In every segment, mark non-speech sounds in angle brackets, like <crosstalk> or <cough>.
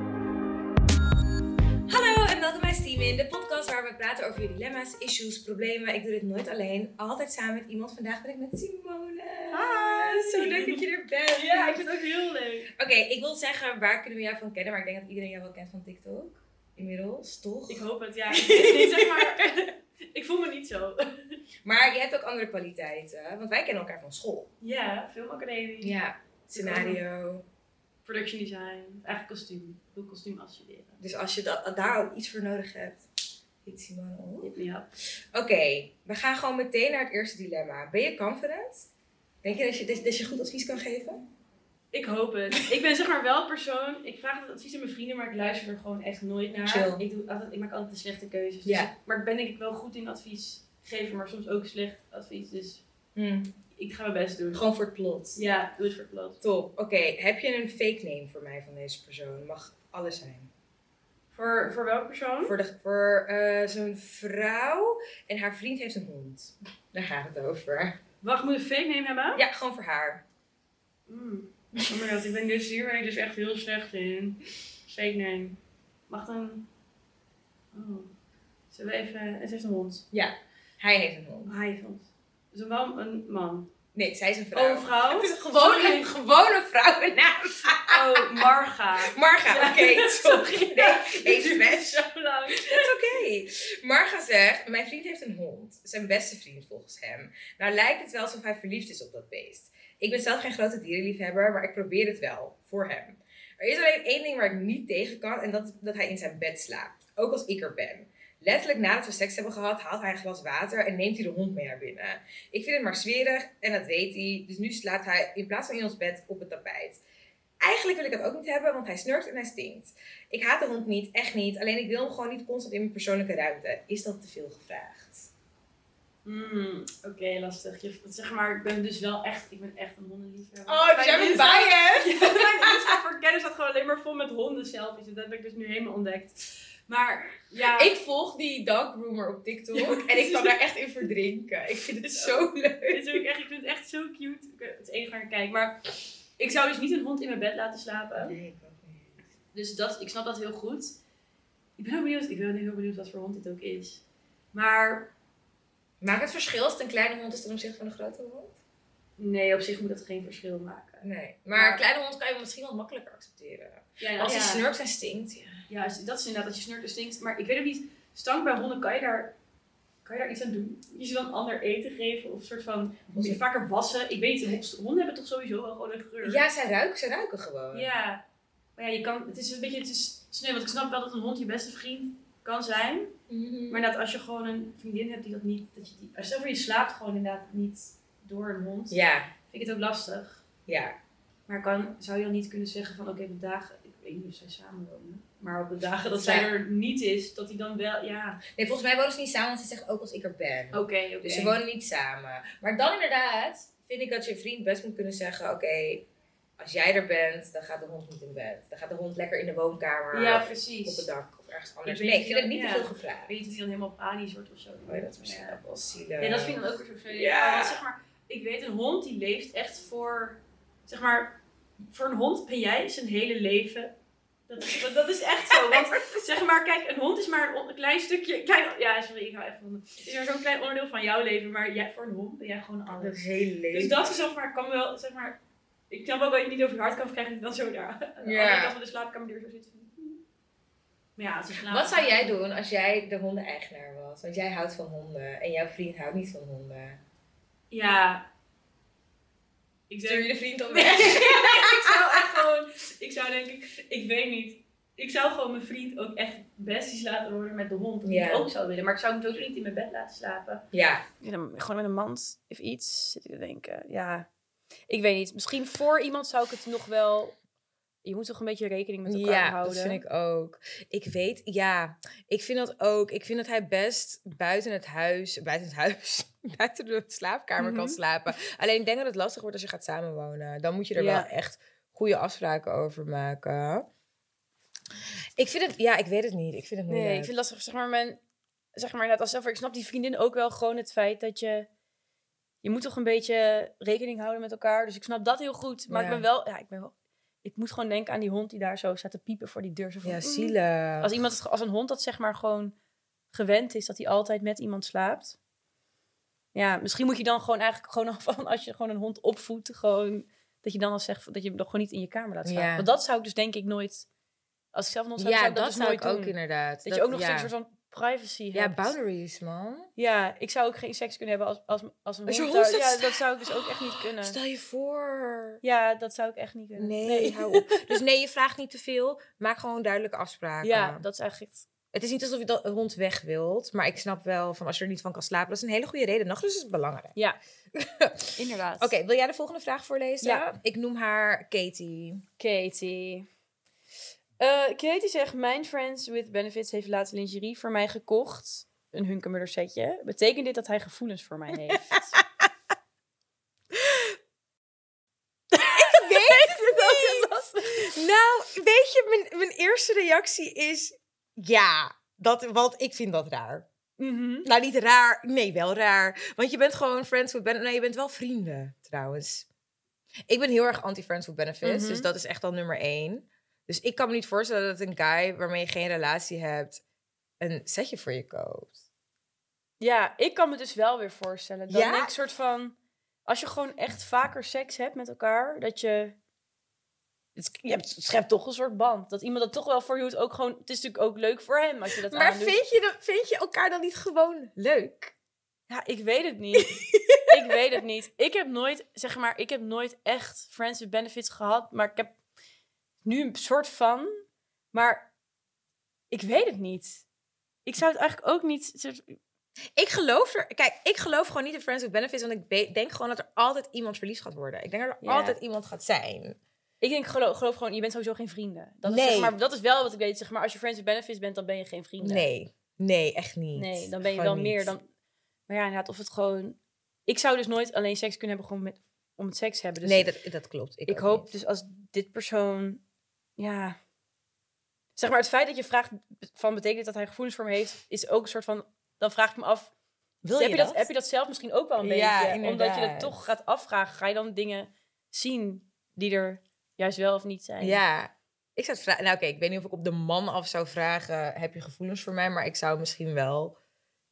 Oh, de podcast waar we praten over je dilemma's, issues, problemen. Ik doe dit nooit alleen, altijd samen met iemand. Vandaag ben ik met Simone. Hi. Zo leuk dat je er bent. Ja, ik vind het ook heel leuk. Oké, ik wil zeggen, waar kunnen we jou van kennen? Maar ik denk dat iedereen jou wel kent van TikTok. Inmiddels, toch? Ik hoop het, <laughs> ja. Ik, nee, zeg maar, ik voel me niet zo. Maar je hebt ook andere kwaliteiten, want wij kennen elkaar van school. Ja, filmacademie, Ja. Scenario. production design, eigenlijk kostuum. Ik wil kostuum afstuderen. Dus als je da- daar ook iets voor nodig hebt, hit Simone op. Hit me up. Oké, we gaan gewoon meteen naar het eerste dilemma. Ben je confident? Denk je dat je, dat, dat je goed advies kan geven? Ik hoop het. Ik ben zeg maar wel een persoon, ik vraag het advies aan mijn vrienden, maar ik luister er gewoon echt nooit naar. Chill. Ik, doe altijd, ik maak altijd de slechte keuzes. Ja. Dus- maar ik ben denk ik wel goed in advies geven, maar soms ook slecht advies. Dus ik ga mijn best doen. Gewoon voor het plot. Ja, doe het voor het blad. Top. Oké, heb je een fake name voor mij van deze persoon? Mag alles zijn. Voor, voor welk persoon? Voor, de, voor eh, zo'n vrouw en haar vriend heeft een hond. Daar gaat het over. Wacht, moet ik een fake name hebben? Ja, gewoon voor haar. Mm. Oh my god, ik ben dus hiermee dus echt heel slecht in. Fake name. Mag dan... Oh. Zullen we even... Het heeft een hond. Hij heeft een hond. Hij heeft een hond. Is het wel een man? Nee, zij is een Oh, vrouw. een vrouw? Het is gewoon een gewone vrouwennaam. Oh, <laughs> Marga. Marga, Ja, oké. <laughs> sorry. Nee, even Het best. zo <laughs> lang. Dat is oké. Marga zegt, mijn vriend heeft een hond. Zijn beste vriend volgens hem. Nou lijkt het wel alsof hij verliefd is op dat beest. Ik ben zelf geen grote dierenliefhebber, maar ik probeer het wel. Voor hem. Er is alleen één ding waar ik niet tegen kan en dat is dat hij in zijn bed slaapt. Ook als ik er ben. Letterlijk nadat we seks hebben gehad, haalt hij een glas water en neemt hij de hond mee naar binnen. Ik vind het maar zwerig en dat weet hij. Dus nu slaapt hij in plaats van in ons bed op het tapijt. Eigenlijk wil ik dat ook niet hebben, want hij snurkt en hij stinkt. Ik haat de hond niet, echt niet. Alleen ik wil hem gewoon niet constant in mijn persoonlijke ruimte. Is dat te veel gevraagd? Mm, Oké, lastig. Je, zeg maar, ik ben dus wel echt... Ik ben echt een hondenliefhebber. Oh, dus bent <laughs> Mijn biased. Insta- Mijn Insta voor kennis staat gewoon alleen maar vol met honden selfies. En dat heb ik dus nu helemaal ontdekt. Maar ja... Ik volg die dog groomer op TikTok en ik kan daar echt in verdrinken. Ik vind het <laughs> zo leuk. Dit is ook echt, ik vind het echt zo cute. Ik, eh, Het is enige waar ik kijk. Maar ik zou dus niet een hond in mijn bed laten slapen. Nee, ik ook niet. Dus dat, ik snap dat heel goed. Ik ben heel benieuwd, ik ben heel benieuwd wat voor hond het ook is. Maar Maakt het verschil als het een kleine hond is ten opzichte van een grote hond? nee, op zich moet dat geen verschil maken. Nee. Maar, Maar- een kleine hond kan je misschien wat makkelijker accepteren. Ja, ja, Als ja. hij snurkt en stinkt, ja. Ja, dus dat is inderdaad dat je snurkt en stinkt. Maar ik weet ook niet, stank bij honden, kan je daar, kan je daar iets aan doen? Je ze dan ander eten geven of soort van, misschien vaker wassen. Ik weet het, honden hebben toch sowieso wel gewoon een geur. Ja, zij ruiken, zij ruiken gewoon. Ja, maar ja, je kan, het is een beetje het is sneu, want ik snap wel dat een hond je beste vriend kan zijn. Mhm. Maar dat als je gewoon een vriendin hebt die dat niet, dat je die, als stel voor je slaapt gewoon inderdaad niet door een hond, ja, vind ik het ook lastig. ja. Maar kan, zou je dan niet kunnen zeggen van oké, op de dagen, ik weet niet of zij samenwonen, maar op de dagen dat Ja. zij er niet is, dat hij dan wel, ja, Nee, volgens mij wonen ze niet samen, want ze zegt ook als ik er ben. oké, oké. Dus ze wonen niet samen. Maar dan inderdaad vind ik dat je vriend best moet kunnen zeggen: Oké, als jij er bent, dan gaat de hond niet in bed. Dan gaat de hond lekker in de woonkamer Ja, of op het precies. dak of ergens anders. Ik Nee, weet ik vind het niet, niet ja. te veel gevraagd. Ik weet niet of hij dan helemaal panisch wordt of zo. Nee, Oh dat is misschien Ja. ook wel zielig. Ja, dat vind ik dan ook weer zo vervelend. Ja. Ja. want zeg maar, ik weet, een hond die leeft echt voor, zeg maar, voor een hond ben jij zijn hele leven. Dat is, dat- dat is echt zo. Want zeg maar, kijk, een hond is maar een, on- een klein stukje, klein, ja, sorry, ik hou even van Het is maar zo'n klein onderdeel van jouw leven, maar jij, voor een hond ben jij gewoon Dat alles. is heel leuk. Dus dat is zeg maar, kan wel, zeg maar, ik snap ook dat je het niet over je hart kan krijgen en dan zo daar. <laughs> aan de Ja. andere kant van de slaapkamerdeur zo zit. van, hmm. Maar ja, het is slaap- Wat zou jij doen als jij de hondeneigenaar was? Want jij houdt van honden en jouw vriend houdt niet van honden. Ja. Ik Stuur denk- <laughs> je vriend dan Nee, weg? ik zou echt gewoon, ik zou denk ik, ik weet niet. Ik zou gewoon mijn vriend ook echt besties laten worden met de hond. Dat Ja. ik ook zou willen. Maar ik zou hem sowieso niet in mijn bed laten slapen. <laughs> Ja, Ja, dan gewoon met een mand of iets zit ik te denken. Ja, ik weet niet. Misschien voor iemand zou ik het nog wel. Je moet toch een beetje rekening met elkaar ja, houden. dat vind ik ook. Ik weet, ja, ik vind dat ook. Ik vind dat hij best buiten het huis, buiten het huis, <laughs> buiten de slaapkamer kan Mhm. slapen. Alleen ik denk dat het lastig wordt als je gaat samenwonen. Dan moet je er Ja. wel echt goede afspraken over maken. Ik vind het, ja, ik weet het niet. Ik vind het Nee, moeilijk. ik vind het lastig. Zeg maar, men, zeg maar inderdaad, als zelf, ik snap die vriendin ook wel gewoon het feit dat je. Je moet toch een beetje rekening houden met elkaar. Dus ik snap dat heel goed. Maar ik Ja. ben wel. Ja, ik ben wel. Ik moet gewoon denken aan die hond die daar zo staat te piepen voor die deur. Zo van, ja, mm. zielig. Als, iemand, het- als een hond dat zeg maar gewoon gewend is dat hij altijd met iemand slaapt. Ja, misschien moet je dan gewoon eigenlijk gewoon <laughs> al van als je gewoon een hond opvoedt, gewoon dat je dan al zegt dat je hem dan gewoon niet in je kamer laat slapen. Ja. Want dat zou ik dus denk ik nooit. Als ik zelf een hond zou, ja, zou ik dat, dat, dus zou nooit ik ook doen. inderdaad. dat, je ook nog ja. een soort van privacy Ja, hebt. boundaries, man. Ja, ik zou ook geen seks kunnen hebben als, als, als een Als je hond. hond daar- zit te ja, dat zou ik dus ook echt <laughs> niet kunnen. Stel je voor. Ja, dat zou ik echt niet kunnen. Nee, hou op. <laughs> Dus nee, je vraagt niet te veel. Maak gewoon duidelijke afspraken. Ja, dat is eigenlijk. Het is niet alsof je dat hond weg wilt. Maar ik snap wel van als je er niet van kan slapen. Dat is een hele goede reden. Nachtrust is belangrijk. <laughs> Ja, inderdaad. Oké, wil jij de volgende vraag voorlezen? Ja. Ik noem haar <laughs> Katie. Katie. Eh, Katie zegt: Mijn Friends with Benefits heeft laatst lingerie voor mij gekocht. Een Hunkemuller setje. Betekent dit dat hij gevoelens <laughs> voor mij heeft? Weet het niet. Nou, weet je, mijn, mijn eerste reactie is ja. Dat, want ik vind dat raar. Mhm. Nou, niet raar. Nee, wel raar. Want je bent gewoon friends with benefits. Nee, je bent wel vrienden, trouwens. Ik ben heel erg anti-friends with benefits. Mhm. Dus dat is echt al nummer één. Dus ik kan me niet voorstellen dat een guy waarmee je geen relatie hebt... een setje voor je koopt. Ja, ik kan me dus wel weer voorstellen. Dat Ja? ik soort van. Als je gewoon echt vaker seks hebt met elkaar, dat je. Het, je hebt- het schept toch een soort band. Dat iemand dat toch wel voor je doet. Ook gewoon, het is natuurlijk ook leuk voor hem als je dat Maar aandoet. vind je, dat, vind je elkaar dan niet gewoon leuk? Ja, ik weet het niet. <laughs> ik weet het niet. Ik heb nooit, zeg maar, ik heb nooit echt friends with benefits gehad. Maar ik heb nu een soort van. Maar ik weet het niet. Ik zou het eigenlijk ook niet... soort- Ik geloof er... Kijk, ik geloof gewoon niet in friends with benefits... want ik be- denk gewoon dat er altijd iemand verliefd gaat worden. Ik denk dat er Ja. altijd iemand gaat zijn. Ik denk, geloof, geloof gewoon, je bent sowieso geen vrienden. Dat, is, zeg Nee. maar, dat is wel wat ik weet. Zeg maar, als je friends with benefits bent, dan ben je geen vrienden. Nee. Nee, echt niet. Nee, dan ben je Gewoon wel meer niet. dan... Maar ja, inderdaad, of het gewoon... Ik zou dus nooit alleen seks kunnen hebben gewoon met, om het seks te hebben. Dus nee, dat, dat klopt. Ik, ik ook hoop niet. dus als dit persoon, ja, zeg maar het feit dat je vraagt van betekent dat hij gevoelens voor me heeft, is ook een soort van, dan vraag ik me af, Wil heb, je dat? heb je dat zelf misschien ook wel een Ja, beetje? Omdat je dat inderdaad. toch gaat afvragen, ga je dan dingen zien die er juist wel of niet zijn? Ja. Ik zou het vragen. Nou, oké, ik weet niet of ik op de man af zou vragen: heb je gevoelens voor mij? Maar ik zou misschien wel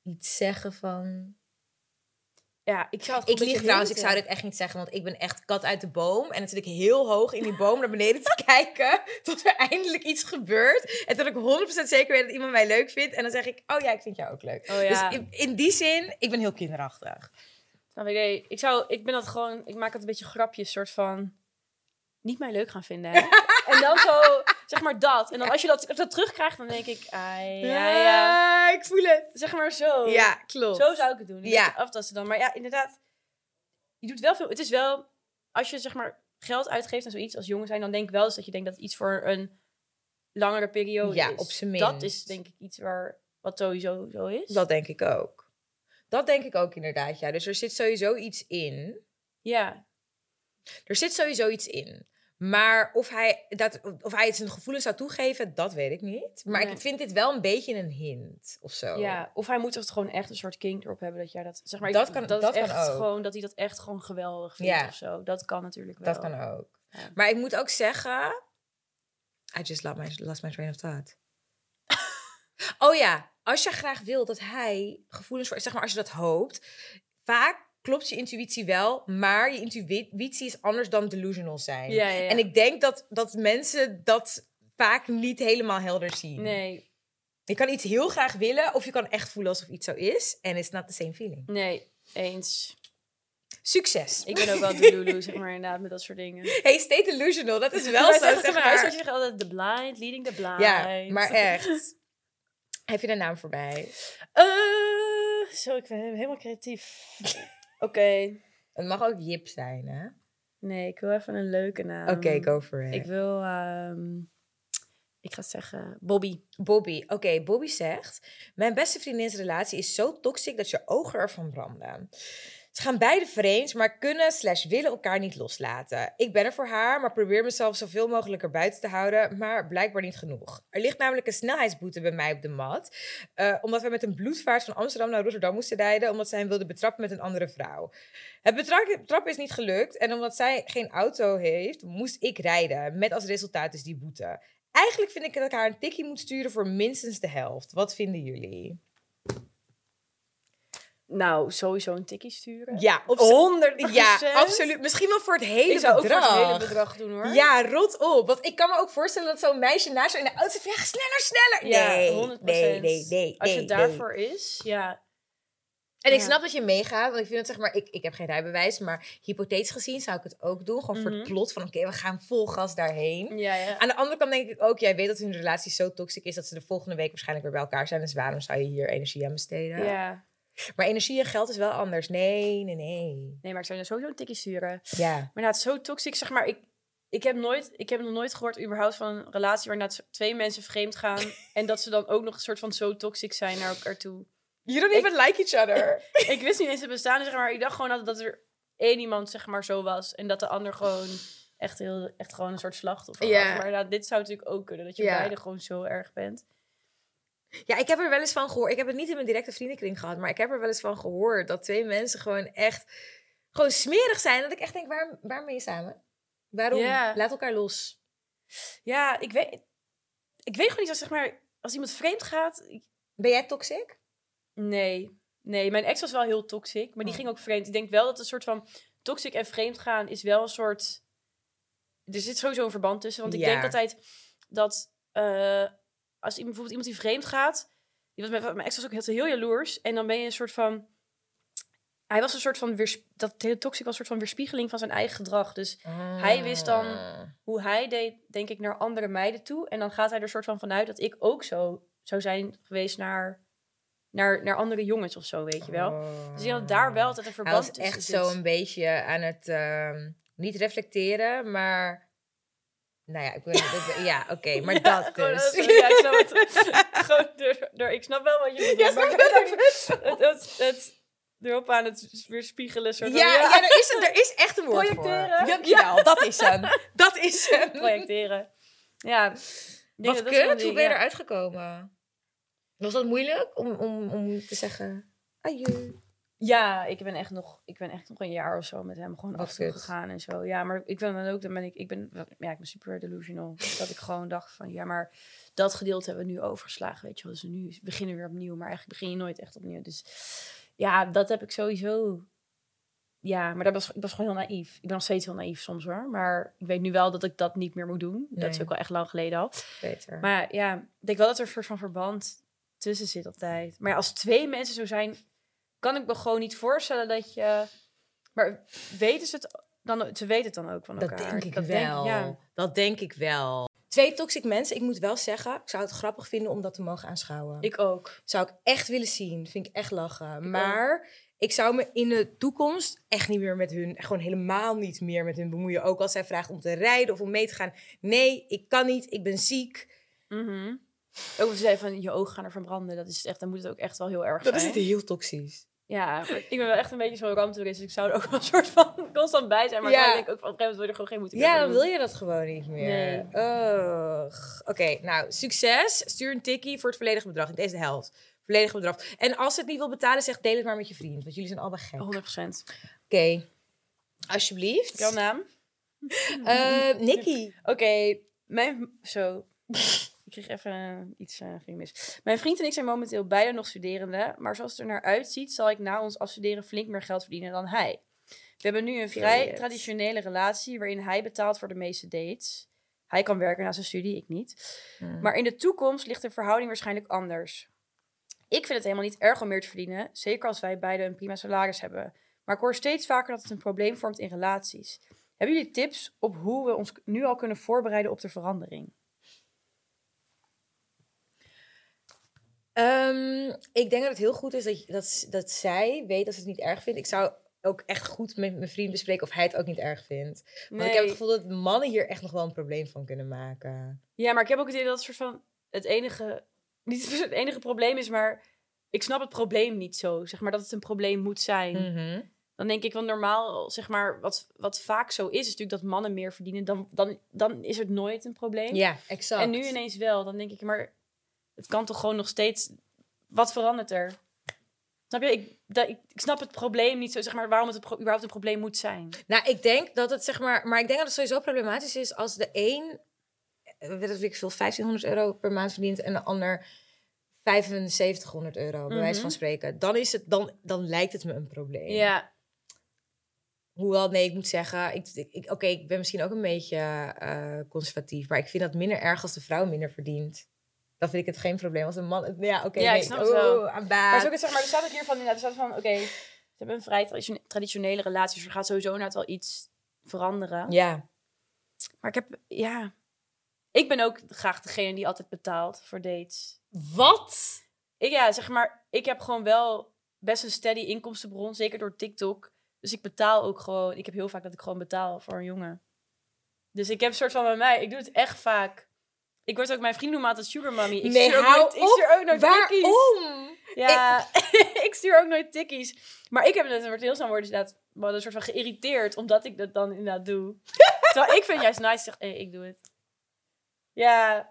iets zeggen van. ja ik zou het Ik lieg gewoon een beetje trouwens, ik weten. zou dit echt niet zeggen, want ik ben echt kat uit de boom. En dan zit ik heel hoog in die boom naar beneden te <laughs> kijken tot er eindelijk iets gebeurt. En dat ik 100% zeker weet dat iemand mij leuk vindt. En dan zeg ik: oh ja, ik vind jou ook leuk. Oh ja. Dus in, in die zin, ik ben heel kinderachtig. Snap ik, nee. ik zou, ik ben dat gewoon, ik maak het een beetje grapjes, soort van, niet mij leuk gaan vinden. <laughs> hè? en dan zo, zeg maar dat. En dan als je dat, dat terugkrijgt, dan denk ik, ai, ja, ja. Ah, ik voel het. Zeg maar zo. Ja, klopt. Zo zou ik het doen. Ik Ja. ja. Aftasten dan. Maar ja, inderdaad. Je doet wel veel. Het is wel. Als je zeg maar geld uitgeeft aan zoiets als jongen zijn, dan denk ik wel eens dat je denkt dat het iets voor een langere periode Ja, is. op zijn minst. Dat is denk ik iets waar wat sowieso zo is. Dat denk ik ook. Dat denk ik ook inderdaad, ja. Dus er zit sowieso iets in. Ja. Er zit sowieso iets in. Maar of hij, dat, of hij het zijn gevoelens zou toegeven, dat weet ik niet. Maar Nee. ik vind dit wel een beetje een hint of zo. ja. Of hij moet het gewoon echt een soort kink erop hebben dat jij dat zeg maar. Dat ik- kan- dat, dat is kan echt ook. gewoon dat hij dat echt gewoon geweldig vindt Ja. of zo. Dat kan natuurlijk wel. Dat kan ook. Ja. Maar ik moet ook zeggen... I just lost my, lost my train of <laughs> thought. oh ja, als je graag wil dat hij gevoelens voor... Zeg maar, als je dat hoopt. Vaak klopt je intuïtie wel, maar je intuïtie is anders dan delusional zijn. Ja, ja, ja. En ik denk dat, dat mensen dat vaak niet helemaal helder zien. Nee, Je kan iets heel graag willen, of je kan echt voelen alsof iets zo is. En it's not the same feeling. nee, eens. Succes! Ik ben ook wel de Lulu, zeg maar inderdaad, met dat soort <laughs> dingen. Hey, stay delusional, dat <laughs> is wel Maar zo, zeg, zeg maar, maar. je zegt altijd the blind, leading the blind. Ja, <laughs> maar echt. Heb je de naam voorbij? Eh, zo, ik ben he- helemaal <laughs> creatief. Oké. Het mag ook Jip zijn, hè? Nee, ik wil even een leuke naam. Oké, go for it. Ehm, Ik wil, ehm, ik ga zeggen, Bobby. Bobby. Oké, Bobby zegt... Mijn beste vriendin's relatie is zo toxic dat je ogen ervan branden. Ze gaan beide vreemd, maar kunnen slash willen elkaar niet loslaten. Ik ben er voor haar, maar probeer mezelf zoveel mogelijk erbuiten te houden. Maar blijkbaar niet genoeg. Er ligt namelijk een snelheidsboete bij mij op de mat. eh, omdat wij met een bloedvaart van Amsterdam naar Rotterdam moesten rijden. Omdat zij hem wilde betrappen met een andere vrouw. Het betra- betrappen is niet gelukt. En omdat zij geen auto heeft, moest ik rijden. Met als resultaat dus die boete. Eigenlijk vind ik dat ik haar een tikkie moet sturen voor minstens de helft. Wat vinden jullie? Nou, sowieso een tikkie sturen. Ja, op 100 ja, absoluut. Misschien wel voor het hele Ik zou ook voor bedrag. het hele bedrag doen hoor. Ja, rot op. Want ik kan me ook voorstellen dat zo'n meisje naast jou in de auto zegt... Ja, sneller, sneller. Ja, nee, 100%. nee, nee, nee. Als je nee, het nee. daarvoor is, ja. En ik Ja. snap dat je meegaat, want ik vind het zeg maar, ik, ik heb geen rijbewijs, maar hypothetisch gezien zou ik het ook doen. Gewoon voor het Mhm. plot van oké, we gaan vol gas daarheen. Ja, ja. Aan de andere kant denk ik ook, jij weet dat hun relatie zo toxic is dat ze de volgende week waarschijnlijk weer bij elkaar zijn. Dus waarom zou je hier energie aan besteden? Ja. Maar energie en geld is wel anders. Nee, nee, nee. Nee, maar ik zou je sowieso een tikkie sturen. Ja. Maar inderdaad, zo toxisch, zeg maar. Ik, ik, heb nooit, ik heb nog nooit gehoord überhaupt van een relatie waar inderdaad twee mensen vreemd <laughs> gaan. en dat ze dan ook nog een soort van zo toxisch zijn naar elkaar toe. You don't even like each other. ik wist niet eens het bestaan, zeg maar. Ik dacht gewoon altijd dat er één iemand, zeg maar, zo was. En dat de ander gewoon echt, heel, echt gewoon een soort slachtoffer Ja. was. Maar inderdaad, dit zou natuurlijk ook kunnen. Dat je Ja. beide gewoon zo erg bent. <laughs> Ja, ik heb er wel eens van gehoord. Ik heb het niet in mijn directe vriendenkring gehad, maar ik heb er wel eens van gehoord dat twee mensen gewoon echt gewoon smerig zijn. Dat ik echt denk, waar, waar ben je samen? Waarom? Ja. Laat elkaar los. Ja, ik weet... Ik weet gewoon niet, als, zeg maar, als iemand vreemd gaat... Ben jij toxic? Nee, nee. Mijn ex was wel heel toxic, maar die Oh. ging ook vreemd. Ik denk wel dat een soort van toxic en vreemd gaan is wel een soort. Er zit sowieso een verband tussen, want ik Ja. denk altijd dat eh, als iemand, bijvoorbeeld iemand die vreemd gaat, die was met, mijn ex was ook heel, heel jaloers, en dan ben je een soort van. Hij was een soort van weer dat hele toxic was een soort van weerspiegeling van zijn eigen gedrag. Dus Hij wist dan- hoe hij deed, denk ik, naar andere meiden toe. En dan gaat hij er soort van vanuit dat ik ook zo zou zijn geweest naar, naar, naar andere jongens of zo, weet je wel. Dus ik denk dat daar wel altijd een Ah. Hij verband was tussen echt zit. zo een beetje aan het ehm, niet reflecteren, maar. Nou ja, ik wil <laughs> ik- Ja, oké, maar Ja, dat <laughs> gewoon, dus. <laughs> eh, sorry, ja, ik snap het. gewoon door, door- ik snap wel wat je bedoelt. Ja, maar snap je? het, het, het erop aan het weer spiegelen. Soort van, Ja, ja er, is, er is echt een woord Projecteren. voor. Dankjewel, dat is hem. <laughs> Dat is hem. <laughs> projecteren. Ja. ik Wat denk dat dat zo'n kut, hoe ding, ben je ja. eruit gekomen? Was dat moeilijk om, om, om te zeggen... Adieu. Ja, ik ben echt nog, ik ben echt nog een jaar of zo met hem gewoon Wat af en toe kut. gegaan en zo. Ja, maar ik ben dan ook, dan ben ik, ik ben, ja, ik ben super delusional. dat ik gewoon dacht van, ja, maar dat gedeelte hebben we nu overgeslagen, weet je wel. Dus nu beginnen we weer opnieuw, maar eigenlijk begin je nooit echt opnieuw. Dus ja, dat heb ik sowieso. Ja, maar dat was, ik was gewoon heel naïef. Ik ben nog steeds heel naïef soms hoor. Maar ik weet nu wel dat ik dat niet meer moet doen. Dat is Nee. ook wel echt lang geleden al. Beter. Maar ja, ik denk wel dat er een soort van verband tussen zit altijd. Maar ja, als twee mensen zo zijn, kan ik me gewoon niet voorstellen dat je... Maar weten ze het dan, ze weten het dan ook van elkaar. Dat denk ik denk- wel. ja. Dat denk ik wel. Twee toxic mensen, ik moet wel zeggen... Ik zou het grappig vinden om dat te mogen aanschouwen. Ik ook. zou ik echt willen zien. Vind ik echt lachen. maar ik zou me in de toekomst echt niet meer met hun, gewoon helemaal niet meer met hun bemoeien. Ook als zij vraagt om te rijden of om mee te gaan. Nee, ik kan niet. Ik ben ziek. Mhm. Ook als ze zei van, je ogen gaan er verbranden. Dat is echt, dan moet het ook echt wel heel erg Dat is zijn. het heel toxisch. Ja, maar ik ben wel echt een beetje zo'n ramptoerist. Dus ik zou er ook wel een soort van <laughs> constant bij zijn. Maar Ja. ik denk ook van, op een gegeven moment wil je er gewoon geen moeite meer Ja, voor dan doen. wil je dat gewoon niet meer. Nee. Ugh. Oké, nou, succes. Stuur een tikkie voor het volledige bedrag. Dit is de helft. Volledige bedrag. En als ze het niet wil betalen, zeg deel het maar met je vriend. Want jullie zijn allemaal gek. Oké, 100 procent. alsjeblieft. Jouw naam? Eh, Nikki. Oké, mijn... Zo. <laughs> ik kreeg even eh, iets eh, ging mis. Mijn vriend en ik zijn momenteel beide nog studerende. Maar zoals het er naar uitziet, zal ik na ons afstuderen flink meer geld verdienen dan hij. We hebben nu een vrij Period. traditionele relatie waarin hij betaalt voor de meeste dates. Hij kan werken na zijn studie, ik niet. Maar in de toekomst ligt de verhouding waarschijnlijk anders. Ik vind het helemaal niet erg om meer te verdienen, zeker als wij beide een prima salaris hebben. Maar ik hoor steeds vaker dat het een probleem vormt in relaties. Hebben jullie tips op hoe we ons nu al kunnen voorbereiden op de verandering? Ehm, ik denk dat het heel goed is dat, dat, dat zij weet dat ze het niet erg vindt. Ik zou ook echt goed met mijn vriend bespreken of hij het ook niet erg vindt. Want ik heb het gevoel dat mannen hier echt nog wel een probleem van kunnen maken. Ja, maar ik heb ook het idee dat het soort van het enige, <laughs> niet per se het enige probleem is, maar ik snap het probleem niet zo. Zeg maar dat het een probleem moet zijn. Hmm. Mhm. Dan denk ik, want normaal, zeg maar, wat, wat vaak zo is, is natuurlijk dat mannen meer verdienen. Dan, dan, dan is het nooit een probleem. Ja, exact. en nu ineens wel. Dan denk ik, maar het kan toch gewoon nog steeds. Wat verandert er? Snap je? Ik, dat, ik, ik snap het probleem niet zo, zeg maar, waarom het een pro- überhaupt een probleem moet zijn. Nou, ik denk dat het zeg maar... Maar ik denk dat het sowieso problematisch is als de een... eh, Weet ik veel, 1500 euro per maand verdient en de ander... 7500 euro, bij wijze van spreken. Dan, is het, dan, dan lijkt het me een probleem. Mhm. Ja. Hoewel, nee, ik moet zeggen, ik, ik, ik- oké, ik ben misschien ook een beetje eh, conservatief, maar ik vind dat minder erg als de vrouw minder verdient. Dan vind ik het geen probleem als een man. Ja, oké. Ja, ik nee, snap het wel. oh, aan Maar baat. zo, zeg maar, er staat ook hiervan inderdaad, er staat van, oké, ze hebben een vrij traditione- traditionele relatie, dus er gaat sowieso inderdaad wel iets veranderen. Ja, Maar ik heb, ja, ik ben ook graag degene die altijd betaalt voor dates. wat? Ik, ja, zeg maar, ik heb gewoon wel best een steady inkomstenbron, zeker door TikTok. Dus ik betaal ook gewoon, ik heb heel vaak dat ik gewoon betaal voor een jongen. Dus ik heb een soort van bij mij, ik doe het echt vaak. Ik word ook, mijn vrienden noemen me altijd sugar mommy. Ik Nee, stuur ook hou nooit, ik op. stuur ook nooit tikkies. Waarom? Ja, ik... <laughs> stuur ook nooit tikkies. Maar ik heb net wordt heel snel worden inderdaad wel een soort van geïrriteerd omdat ik dat dan inderdaad <laughs> doe. Terwijl ik vind juist nice zeg, hey, ik doe het. Ja,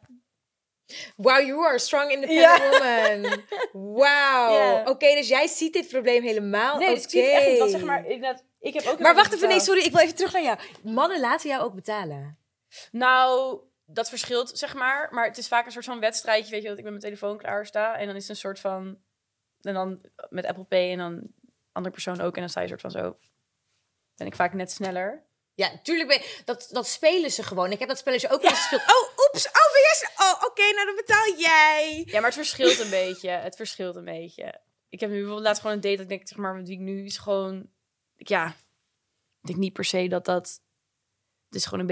Wow, you are a strong independent Ja. <laughs> woman. Wauw. Ja. Oké, dus jij ziet dit probleem helemaal. nee, dus ik zie het echt niet. Want zeg maar, inderdaad, ik heb ook... Oh, Maar wacht even, nee, sorry, ik wil even terug naar jou. Mannen laten jou ook betalen. Nou, dat verschilt zeg maar, maar het is vaak een soort van wedstrijdje, weet je, dat ik met mijn telefoon klaar sta en dan is het een soort van... En dan met Apple Pay en dan andere persoon ook en dan sta je een soort van zo... Ben ik vaak net sneller. Ja, tuurlijk. Ben dat, dat spelen ze gewoon. Ik heb dat spelletje ook wel eens gespeeld. Oh, oeps. Oh, ben jij... zo- Oh, oké, nou dan betaal jij. Ja, maar het verschilt een beetje. Het verschilt een beetje. Ik heb nu bijvoorbeeld laatst gewoon een date dat ik denk, zeg maar, met wie ik nu is gewoon... ik- Ja, ik denk niet per se dat dat... Het is gewoon een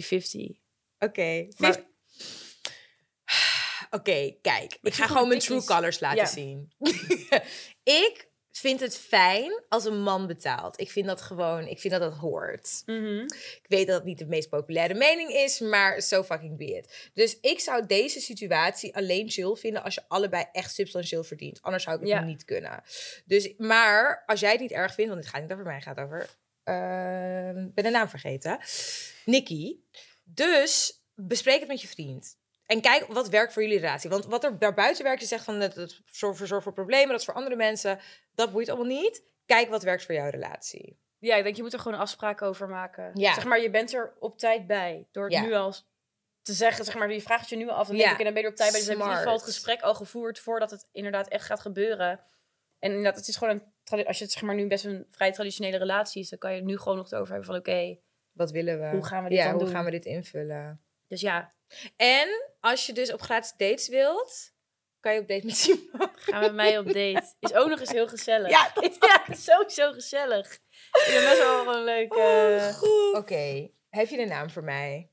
beetje 50-50. Oké. Maar- Vijf- Oké, kijk. Ik ga zoek gewoon mijn gewoon true tikkies. colors laten Ja. zien. <laughs> ik vind het fijn als een man betaalt. Ik vind dat gewoon... Ik vind dat dat hoort. Ik weet dat het niet de meest populaire mening is, maar so fucking be it. Dus ik zou deze situatie alleen chill vinden als je allebei echt substantieel verdient. Anders zou ik het Ja. niet kunnen. Dus, maar als jij het niet erg vindt, want dit gaat niet over mij, het gaat over. ehm, Ik ben de naam vergeten. Nikki. Dus bespreek het met je vriend. En kijk wat werkt voor jullie relatie. Want wat er daarbuiten werkt, je zegt van dat dat zorgt voor, zorgt voor problemen, dat is voor andere mensen. Dat boeit allemaal niet. Kijk wat werkt voor jouw relatie. Ja, ik denk, je moet er gewoon afspraken over maken. Ja. Zeg maar, je bent er op tijd bij. Door het Ja. nu al te zeggen, zeg maar, die vraagt je nu af. Dan Ja. denk ik, en dan ben je er op tijd bij. Dus heb je in ieder geval het Smart. gesprek al gevoerd voordat het inderdaad echt gaat gebeuren. En inderdaad, het is gewoon een... tradi- Als je het, zeg maar, nu best een vrij traditionele relatie is, dan kan je het nu gewoon nog over hebben van, oké... Wat willen we? Hoe gaan we dit ja, dan hoe doen? gaan we dit invullen? dus ja, En als je dus op gratis dates wilt, kan je op date met Simon. Gaan we met mij op date. Is ook nog eens heel gezellig. Ja, <laughs> ja is sowieso gezellig. Ik ben best wel gewoon leuk. Oh, eh. Oké, heb je een naam voor <laughs> mij?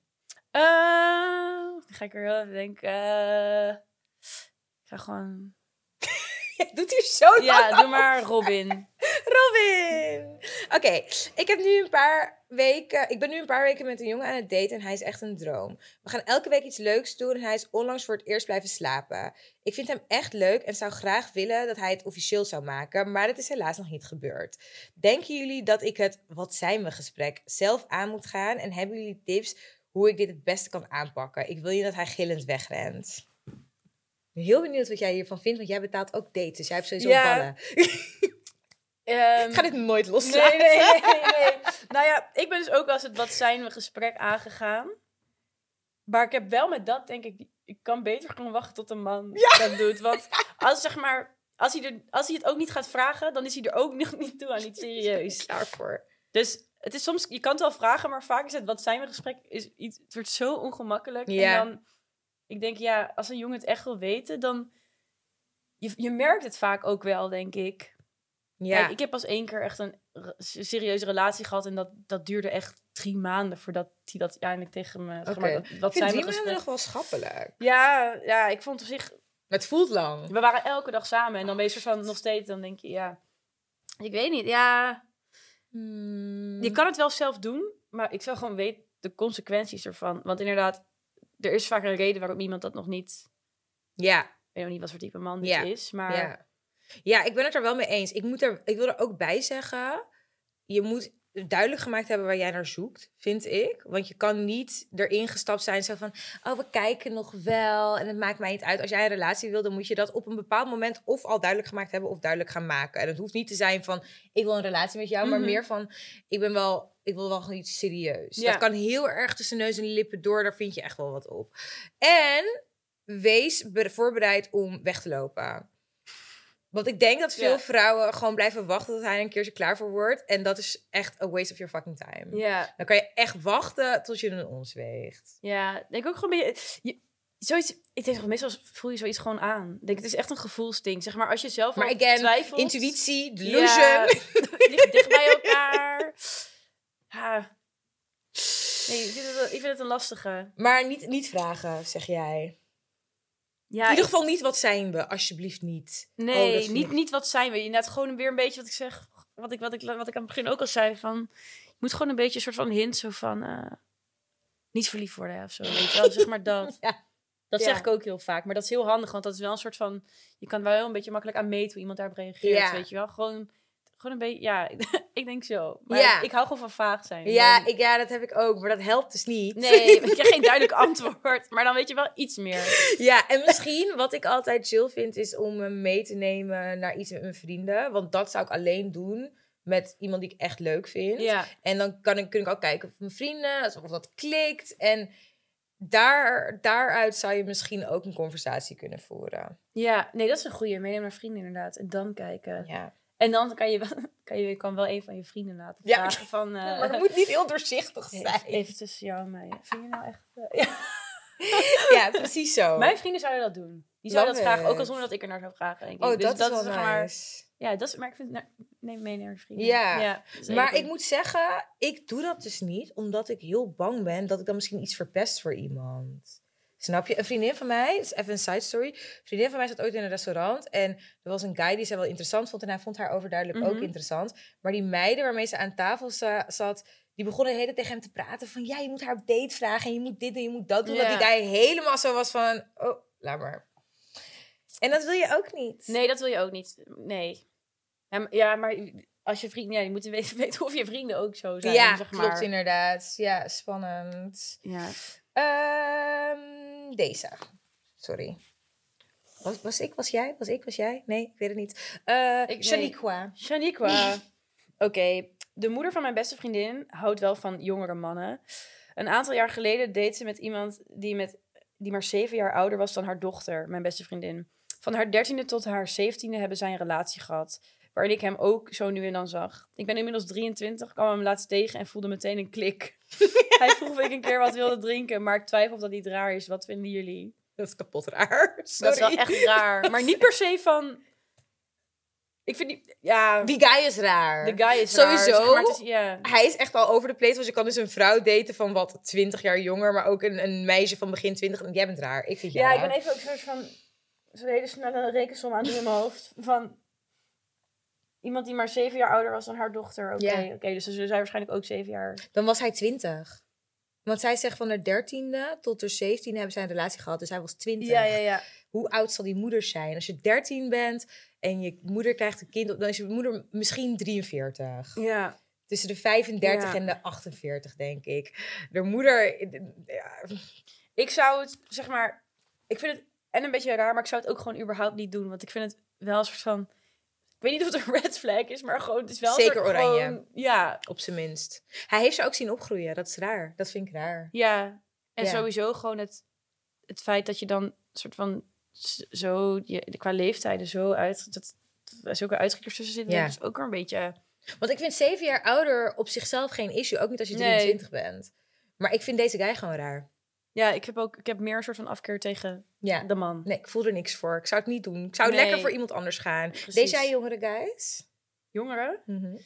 Eh, dan ga ik er heel even denken. eh, ik ga gewoon... Doet hij zo Ja, doe maar Robin. Robin! Oké, ik heb nu een paar weken... Ik ben nu een paar weken met een jongen aan het daten en hij is echt een droom. We gaan elke week iets leuks doen en hij is onlangs voor het eerst blijven slapen. Ik vind hem echt leuk en zou graag willen dat hij het officieel zou maken, maar dat is helaas nog niet gebeurd. Denken jullie dat ik het wat zijn we gesprek zelf aan moet gaan en hebben jullie tips hoe ik dit het beste kan aanpakken? Ik wil niet dat hij gillend wegrent. Ik ben Heel benieuwd wat jij hiervan vindt, want jij betaalt ook dates, dus jij hebt sowieso Ja. ballen. Ehm, Ik ga dit nooit nee, loslaten. nee, nee, nee. Nou ja, ik ben dus ook als het wat zijn we gesprek aangegaan. Maar ik heb wel met dat, denk ik, ik kan beter gewoon wachten tot een man dat doet. Want als, zeg maar, als, hij er, als hij het ook niet gaat vragen, dan is hij er ook nog niet toe aan iets serieus. klaar voor. Dus het is soms, je kan het wel vragen, maar vaak is het wat zijn we gesprek, is iets, het wordt zo ongemakkelijk. Ja. En dan, ik denk ja, als een jongen het echt wil weten, dan, je, je merkt het vaak ook wel, denk ik. Ja. Kijk, ik heb pas één keer echt een r- serieuze relatie gehad en dat, dat duurde echt drie maanden voordat hij dat uiteindelijk tegen me, zeg maar, Oké. wat, vind wat zijn we drie maanden gesprek. nog wel schappelijk. Ja, ja, ik vond op zich, Maar het voelt lang. we waren elke dag samen en dan ben je soort van nog steeds, dan denk je ja, ik weet niet, ja, Mm. Je kan het wel zelf doen, maar ik zou gewoon weten de consequenties ervan. Want inderdaad, er is vaak een reden waarom iemand dat nog niet... Ja, Ik weet nog niet wat voor type man dit Ja, is, maar... ja. Ja, ik ben het er wel mee eens. Ik, moet er, ik wil er ook bij zeggen, je moet duidelijk gemaakt hebben waar jij naar zoekt, vind ik. Want je kan niet erin gestapt zijn zo van, oh, we kijken nog wel en het maakt mij niet uit. Als jij een relatie wil, dan moet je dat op een bepaald moment of al duidelijk gemaakt hebben of duidelijk gaan maken. En het hoeft niet te zijn van, ik wil een relatie met jou, Mhm. maar meer van, ik ben wel, ik wil wel gewoon iets serieus. Ja. Dat kan heel erg tussen neus en lippen door, daar vind je echt wel wat op. En wees be- voorbereid om weg te lopen. Want ik denk dat veel Ja. vrouwen gewoon blijven wachten tot hij een keertje klaar voor wordt. En dat is echt a waste of your fucking time. Ja, Dan kan je echt wachten tot je een ons weegt. ja. Ik Denk ook gewoon een beetje... je- zoiets, ik denk toch meestal voel je zoiets gewoon aan. Ik Denk, het is echt een gevoelsding. Zeg maar als je zelf Maar al again, twijfelt... Intuïtie, delusion. Ja, <laughs> ligt dicht bij elkaar. Ja. Nee, ik vind het, wel- ik vind het een lastige. <laughs> Maar niet, niet vragen, zeg jij. Ja, In ieder geval niet wat zijn we, alsjeblieft niet. Oh, Nee, dat vind niet, ik- niet wat zijn we. Inderdaad, gewoon weer een beetje wat ik zeg. Wat ik, wat ik, wat ik aan het begin ook al zei. Van, je moet gewoon een beetje een soort van hint. Zo van, eh, niet verliefd worden of zo. Weet je wel, zeg <laughs> maar dat. Ja. Dat Ja. zeg ik ook heel vaak. Maar dat is heel handig. Want dat is wel een soort van... Je kan wel heel een beetje makkelijk aan meten hoe iemand daarop reageert. Ja. Weet je wel. Gewoon, gewoon een beetje... Ja, <laughs> ik denk zo. Maar Ja. ik, ik hou gewoon van vaag zijn. Ja, Dan- ik, ja, dat heb ik ook, maar dat helpt dus niet. <laughs> <laughs> Nee, ik krijg geen duidelijk <laughs> antwoord. Maar dan weet je wel iets meer. Ja, en misschien wat ik altijd chill vind is om me mee te nemen naar iets met mijn vrienden. Want dat zou ik alleen doen met iemand die ik echt leuk vind. Ja. En dan kan ik, kun ik ook kijken of mijn vrienden, of dat klikt. En daar, daaruit zou je misschien ook een conversatie kunnen voeren. Ja, nee, dat is een goede. Meenemen naar vrienden inderdaad. En dan kijken. Ja. En dan kan je, wel, <laughs> kan je je kan wel een van je vrienden laten Ja. vragen van... eh, Maar het moet niet heel doorzichtig zijn. even, even tussen jou en mij. Vind je nou echt... eh, Ja, precies zo. Mijn vrienden zouden dat doen. Die zouden Love dat vragen. Ook al it. zonder dat ik er naar zou vragen. denk ik. Oh, Dus dat, is wel zeg maar, nice. Ja, dat is... Maar ik vind... nou, neem mee naar je vrienden. Ja. dat is Maar even- ik moet zeggen, ik doe dat dus niet, omdat ik heel bang ben dat ik dan misschien iets verpest voor iemand. Snap je? Een vriendin van mij, is even een side story. Een vriendin van mij zat ooit in een restaurant en er was een guy die zij wel interessant vond en hij vond haar overduidelijk ook Mhm. interessant. Maar die meiden waarmee ze aan tafel za- zat, die begonnen de hele tijd tegen hem te praten van ja, je moet haar op date vragen en je moet dit en je moet dat doen. Dat Ja. die guy helemaal zo was van, oh, laat maar. En dat wil je ook niet. Nee, dat wil je ook niet. Nee. Ja, maar- ja, maar als je vrienden... Ja, je moet weten, <laughs> weten of je vrienden ook zo zijn. ja, zeg maar. klopt inderdaad. Ja, spannend. Ja. Ehm, deze. Sorry. Was, was ik, was jij? Was ik, was jij? Nee, ik weet het niet. Eh nee. Shaniqua. Shaniqua. Oké, de moeder van mijn beste vriendin houdt wel van jongere mannen. Een aantal jaar geleden date ze met iemand die, met, die maar zeven jaar ouder was dan haar dochter, mijn beste vriendin. Van haar dertiende tot haar zeventiende hebben zij een relatie gehad, waarin ik hem ook zo nu en dan zag. Ik ben inmiddels 23, kwam hem laatst tegen en voelde meteen een klik. Hij vroeg of ik een keer wat wilde drinken, maar ik twijfel of dat niet raar is. Wat vinden jullie? Dat is kapot raar. <laughs> Dat Sorry. is wel echt raar, maar niet per se van... Ik vind die... Ja... Die guy is raar. De guy is Sowieso. raar, zeg maar, het is- ja. Hij is echt al over de place, want je kan dus een vrouw daten van wat, 20 jaar jonger, maar ook een, een meisje van begin 20. En Jij bent raar. Ik vind jou ja, ik raar. ben even ook een soort van zo'n hele snelle rekensom aan het doen in mijn hoofd. Van iemand die maar zeven jaar ouder was dan haar dochter. Oké, Ja. oké, dus ze zijn waarschijnlijk ook zeven jaar. Dan was hij 20. Want zij zegt van haar dertiende tot haar zeventiende hebben zij een relatie gehad, dus hij was 20. ja. hoe oud zal die moeder zijn? Als je 13 bent en je moeder krijgt een kind, dan is je moeder misschien 43. Ja, Tussen de 35 Ja. en de 48, denk ik. De moeder. Ja, ik zou het, zeg maar, ik vind het en een beetje raar, maar ik zou het ook gewoon überhaupt niet doen. Want ik vind het wel een soort van, ik weet niet of het een red flag is, maar gewoon, het is wel een Zeker soort oranje. gewoon- ja, op zijn minst. Hij heeft ze ook zien opgroeien. Dat is raar. Dat vind ik raar. Ja, en Ja. sowieso gewoon het, het feit dat je dan soort van s- zo, je, qua leeftijden zo uit, dat er zulke uitkikkers tussen zitten, Ja. dat is ook weer een beetje... Want ik vind 7 jaar ouder op zichzelf geen issue. Ook niet als je Nee. 23 bent. Maar ik vind deze guy gewoon raar. Ja, ik heb ook, ik heb meer een soort van afkeer tegen Ja. de man. Nee, ik voel er niks voor. Ik zou het niet doen. Ik zou Nee. lekker voor iemand anders gaan. Deze jij jongere guys? Jongeren? Mhm.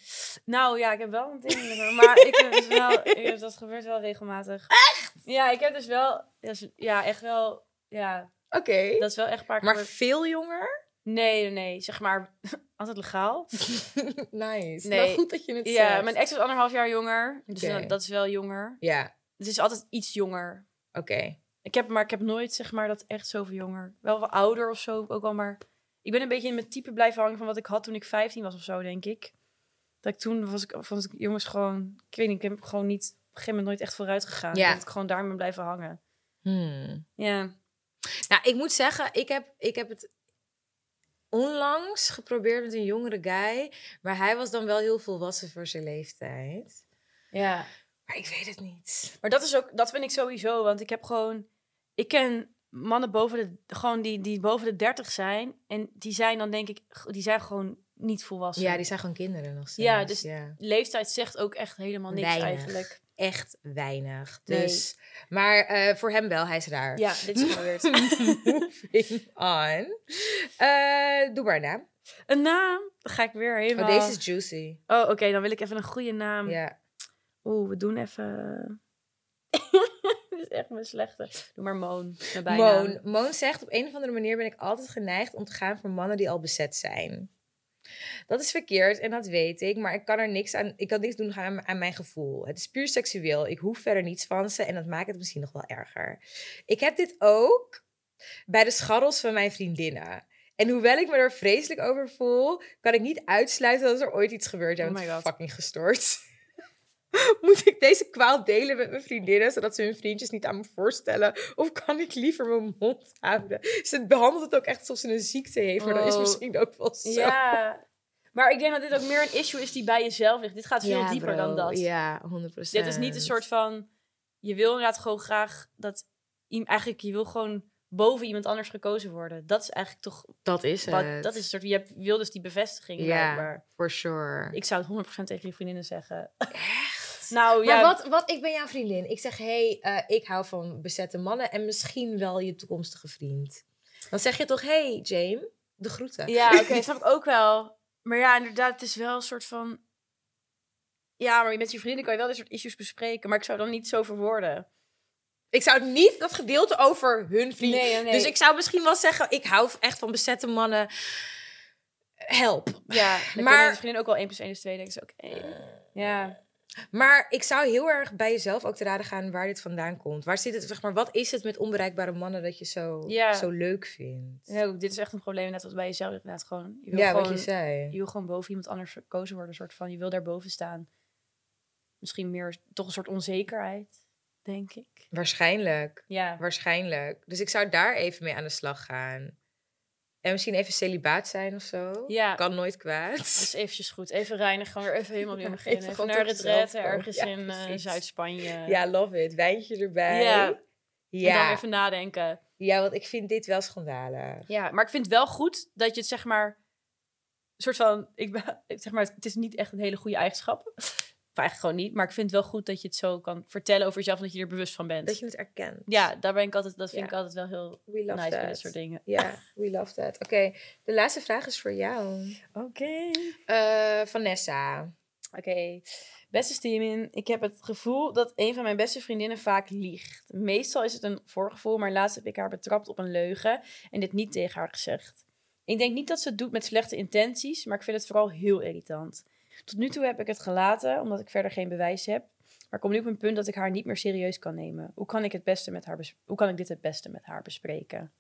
Nou ja, ik heb wel een ding met hem, maar ik heb dus wel, <laughs> ik heb- dat gebeurt wel regelmatig. Echt? Ja, ik heb dus wel, dat is- ja, echt wel, ja, Oké. dat is wel echt een paar keer... Maar gebeurd. veel jonger? Nee, nee, nee, zeg maar, <laughs> altijd <laughs> legaal. nice. Nee. Nou, goed dat je het Ja, zegt. mijn ex was anderhalf jaar jonger, dus Oké. dat- dat is wel jonger. Ja, Het is altijd iets jonger. oké. Ik heb, maar ik heb nooit zeg maar dat echt zoveel jonger. Wel wat ouder of zo ook wel, maar ik ben een beetje in mijn type blijven hangen van wat ik had toen ik 15 was of zo, denk ik. Dat ik toen was ik, was ik jongens gewoon, ik weet niet, ik heb gewoon niet op een gegeven moment nooit echt vooruit gegaan. Ja. Dat ik gewoon daarmee ben blijven hangen. Hmm. Ja. Nou, ik moet zeggen, ik heb, ik heb het onlangs geprobeerd met een jongere guy. Maar hij was dan wel heel volwassen voor zijn leeftijd. Ja. Maar ik weet het niet. Maar dat is ook, dat vind ik sowieso, want ik heb gewoon, ik ken mannen boven de, gewoon die, die boven de 30 zijn. En die zijn dan denk ik, die zijn gewoon niet volwassen. Ja, die zijn gewoon kinderen nog steeds. Ja, dus- ja. Leeftijd zegt ook echt helemaal niks Weinig. eigenlijk. Echt weinig. Nee. Dus, Maar eh, voor hem wel, hij is raar. Ja, dit is gewoon weird. <laughs> Moving on. Eh, doe maar een naam. Een naam. Dan ga ik weer Oh, helemaal... deze is juicy. Oh, oké, dan wil ik even een goede naam. Ja. Oeh, we doen even... <laughs> dit is echt mijn slechte. Doe maar Moon. Mijn bijnaam. Moon. Moon zegt, op een of andere manier ben ik altijd geneigd om te gaan voor mannen die al bezet zijn. Dat is verkeerd en dat weet ik, maar ik kan er niks aan, ik kan niks doen aan, aan mijn gevoel. Het is puur seksueel, ik hoef verder niets van ze en dat maakt het misschien nog wel erger. Ik heb dit ook bij de scharrels van mijn vriendinnen. En hoewel ik me er vreselijk over voel, kan ik niet uitsluiten dat er ooit iets gebeurt. Jij Oh bent my God. fucking gestoord. <laughs> Moet ik deze kwaal delen met mijn vriendinnen, zodat ze hun vriendjes niet aan me voorstellen? Of kan ik liever mijn mond houden? Ze behandelt het ook echt alsof ze een ziekte heeft, maar dat is Oh. misschien ook wel zo. Ja. Maar ik denk dat dit ook meer een issue is die bij jezelf ligt. Dit gaat dus veel Ja, dieper bro. dan dat. Dus Ja, 100%. Dit is niet een soort van... Je wil inderdaad gewoon graag dat... i- Eigenlijk, je wil gewoon boven iemand anders gekozen worden. Dat is eigenlijk toch... Dat is Wat, dat is een soort... Je hebt- wil dus die bevestiging Ja. blijkbaar. For sure. Ik zou het 100% tegen je vriendinnen zeggen. Echt? <laughs> Nou ja. Maar wat, wat, ik ben jouw vriendin. Ik zeg, hey, eh, ik hou van bezette mannen en misschien wel je toekomstige vriend. Dan zeg je toch, hey, James, de groeten. Ja, <laughs> oké, snap ik ook wel. Maar ja, inderdaad, het is wel een soort van... Ja, maar met je vrienden kan je wel dit soort issues bespreken. Maar ik zou dan niet zo verwoorden. Ik zou niet dat gedeelte over hun vriend. Nee, oh, nee. Dus ik zou misschien wel zeggen, ik hou echt van bezette mannen. Help. Ja, <laughs> Maar- dan maar... kunnen je vrienden ook wel 1 plus 1 is 2. denken ze, oké. Ja. Maar ik zou heel erg bij jezelf ook te raden gaan waar dit vandaan komt. Waar zit het, zeg maar, wat is het met onbereikbare mannen dat je zo, Ja. zo leuk vindt? Ja, ook dit is echt een probleem net als bij jezelf inderdaad gewoon. Je wil Ja, gewoon, wat je zei. je wil gewoon boven iemand anders verkozen worden. Soort van, je wil daarboven staan. Misschien meer toch een soort onzekerheid, denk ik. Waarschijnlijk. Ja. Waarschijnlijk. Dus ik zou daar even mee aan de slag gaan. En misschien even celibaat zijn of zo. Ja. Kan nooit kwaad. Dus eventjes goed. Even reinig. Gewoon weer even <laughs> helemaal weer beginnen. Even Even, gewoon naar tot retraite jezelf komen. ergens Ja, in eh, precies. Zuid-Spanje. Ja, love it. Wijntje erbij. Ja. En dan Ja. even nadenken. ja, want ik vind dit wel schandalig. Ja, maar ik vind het wel goed dat je het zeg maar... een soort van... Ik ben, <laughs> zeg maar, het is niet echt een hele goede eigenschap. Of eigenlijk gewoon niet. Maar ik vind het wel goed dat je het zo kan vertellen over jezelf. En dat je er bewust van bent. Dat je het erkent. Ja, daar ben ik altijd, dat vind Ja. ik altijd wel heel We love nice bij dit that. soort dingen. Ja, we love that. Oké, de laatste vraag is voor jou. Oké. Eh, Vanessa. Oké, beste Steamin, ik heb het gevoel dat een van mijn beste vriendinnen vaak liegt. Meestal is het een voorgevoel, maar laatst heb ik haar betrapt op een leugen en dit niet tegen haar gezegd. Ik denk niet dat ze het doet met slechte intenties, maar ik vind het vooral heel irritant. Tot nu toe heb ik het gelaten, omdat ik verder geen bewijs heb. Maar ik kom nu op een punt dat ik haar niet meer serieus kan nemen. Hoe kan ik, het beste met haar bes- Hoe kan ik dit het beste met haar bespreken?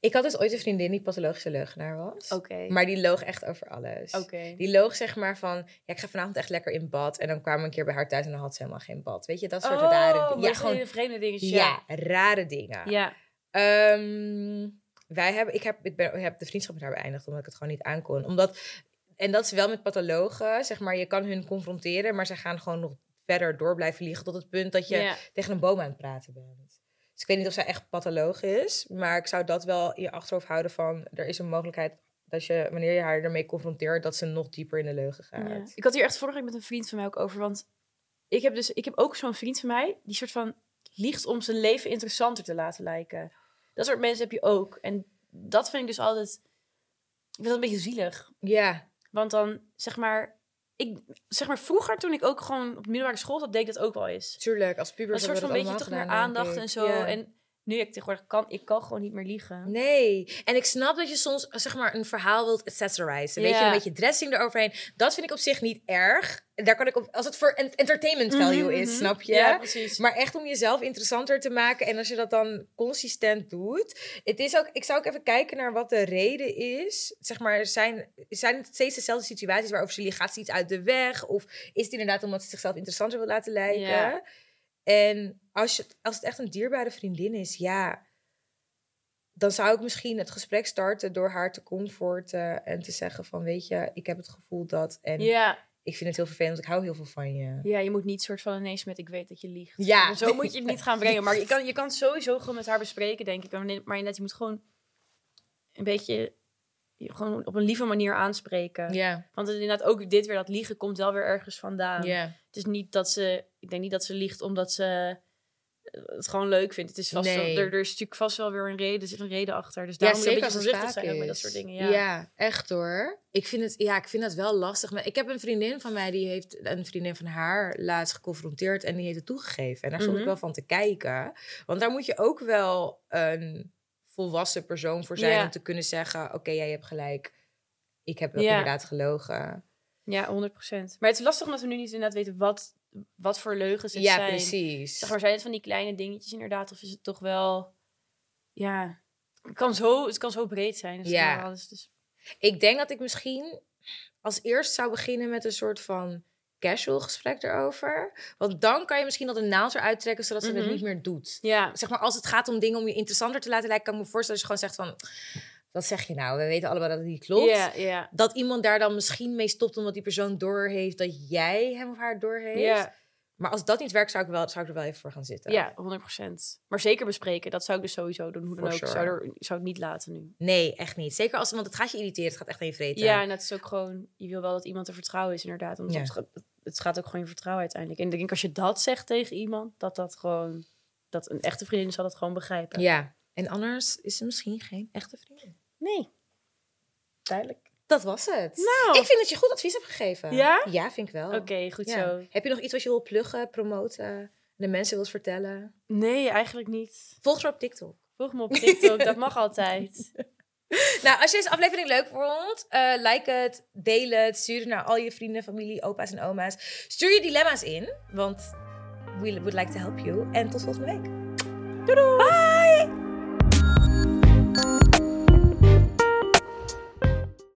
Ik had dus ooit een vriendin die pathologische leugenaar was. Maar... Maar die loog echt over alles. Oké. Die loog zeg maar van, ja, ik ga vanavond echt lekker in bad. En dan kwamen we een keer bij haar thuis en dan had ze helemaal geen bad. Weet je, dat soort Oh, rare dingen. Ja, gewoon, vreemde dingetjes. ja, rare dingen. ja. Ehm, wij hebben, ik, heb, ik, ben, ik heb de vriendschap met haar beëindigd omdat ik het gewoon niet aankon. Omdat, en dat is wel met pathologen, zeg maar, je kan hun confronteren, maar ze gaan gewoon nog verder door blijven liegen tot het punt dat je ja. tegen een boom aan het praten bent. Dus ik weet niet of zij echt patholoog is, maar ik zou dat wel in je achterhoofd houden van, er is een mogelijkheid dat je, wanneer je haar ermee confronteert, dat ze nog dieper in de leugen gaat. Ja. Ik had hier echt vorige week met een vriend van mij ook over. Want ik heb, dus, ik heb ook zo'n vriend van mij die soort van liegt om zijn leven interessanter te laten lijken. Dat soort mensen heb je ook. En dat vind ik dus altijd. Ik vind dat een beetje zielig. Ja, Want dan zeg maar. Ik, zeg maar vroeger toen ik ook gewoon op de middelbare school zat, deed ik dat ook wel eens. tuurlijk. Als pubers Een soort van hebben we dat beetje toch allemaal meer gedaan, denk aandacht ik. en zo. Ja. En nu ik tegenwoordig kan, ik kan gewoon niet meer liegen. Nee, en ik snap dat je soms zeg maar een verhaal wilt accessorizen. Weet je, Ja. een beetje dressing eroverheen. Dat vind ik op zich niet erg. Daar kan ik op, als het voor ent- entertainment value Mhm, is, mhm. snap je? Ja, precies. Maar echt om jezelf interessanter te maken. En als je dat dan consistent doet. Het is ook, ik zou ook even kijken naar wat de reden is. Zeg maar, zijn, zijn het steeds dezelfde situaties waarover ze liegen? Gaat ze iets uit de weg? Of is het inderdaad omdat ze zichzelf interessanter wil laten lijken? Ja. En als, je, als het echt een dierbare vriendin is, ja. Dan zou ik misschien het gesprek starten door haar te comforten. En te zeggen van, weet je, ik heb het gevoel dat. En ja, Ik vind het heel vervelend, want ik hou heel veel van je. Ja, je moet niet soort van ineens met ik weet dat je liegt. Ja. Zo moet je het niet gaan brengen. <laughs> Maar je kan, je kan sowieso gewoon met haar bespreken, denk ik. Maar net, je moet gewoon een beetje... je Gewoon op een lieve manier aanspreken. <laughs> Ja, Want het, inderdaad, ook dit weer, dat liegen komt wel weer ergens vandaan. ja. Het is niet dat ze... Ik denk niet dat ze liegt omdat ze eh, het gewoon leuk vindt. Het is vast Nee. wel- er, er is natuurlijk vast wel weer een reden. Er zit een reden achter. Dus Ja, daarom moet je zeker een als beetje het voorzichtig vaak zijn ook met dat is. soort dingen. Ja. echt hoor. Ik vind, het, ja, ik vind dat wel lastig. Maar ik heb een vriendin van mij, die heeft een vriendin van haar laatst geconfronteerd en die heeft het toegegeven. En daar stond Mhm. ik wel van te kijken. Want daar moet je ook wel een volwassen persoon voor zijn Ja. om te kunnen zeggen, oké, jij hebt gelijk. Ik heb wel Ja. inderdaad gelogen. Ja, 100 Maar het is lastig omdat we nu niet inderdaad weten wat, wat voor leugens het ja, zijn. precies. Zeg maar, zijn het van die kleine dingetjes inderdaad? Of is het toch wel... Ja, het kan zo, het kan zo breed zijn. Dus Ja. ja. Alles, dus, Ik denk dat ik misschien als eerst zou beginnen met een soort van casual gesprek erover. Want dan kan je misschien al de naald eruit trekken, zodat ze Mhm. het niet meer doet. ja. Zeg maar, als het gaat om dingen om je interessanter te laten lijken, kan ik me voorstellen dat je gewoon zegt van, wat zeg je nou? We weten allemaal dat het niet klopt. Ja, ja. Dat iemand daar dan misschien mee stopt omdat die persoon doorheeft dat jij hem of haar doorheeft. Ja, Maar als dat niet werkt, zou ik, wel, zou ik er wel even voor gaan zitten. ja, 100 Maar zeker bespreken, dat zou ik dus sowieso doen. Hoe dan For ook, sure. zou, er, zou ik niet laten nu. Nee, echt niet. Zeker als, want het gaat je irriteren, het gaat echt heen vreten. Ja, en dat is ook gewoon, je wil wel dat iemand te vertrouwen is inderdaad. Want Ja. soms gaat- het gaat ook gewoon je vertrouwen uiteindelijk. En ik denk als je dat zegt tegen iemand, dat dat gewoon, dat een echte vriendin zal dat gewoon begrijpen. ja. En anders is ze misschien geen echte vriendin. Nee. Duidelijk. Dat was het. Nou. Ik vind dat je goed advies hebt gegeven. Ja? Ja, vind ik wel. Oké, goed Ja. zo. Heb je nog iets wat je wil pluggen, promoten, de mensen wilt vertellen? Nee, eigenlijk niet. Volg haar op TikTok. Volg me op TikTok, dat mag altijd. Nou, als je deze aflevering leuk vond, eh, like het, deel het, stuur het naar al je vrienden, familie, opa's en oma's. Stuur je dilemma's in, want we would like to help you. En tot volgende week. Bye!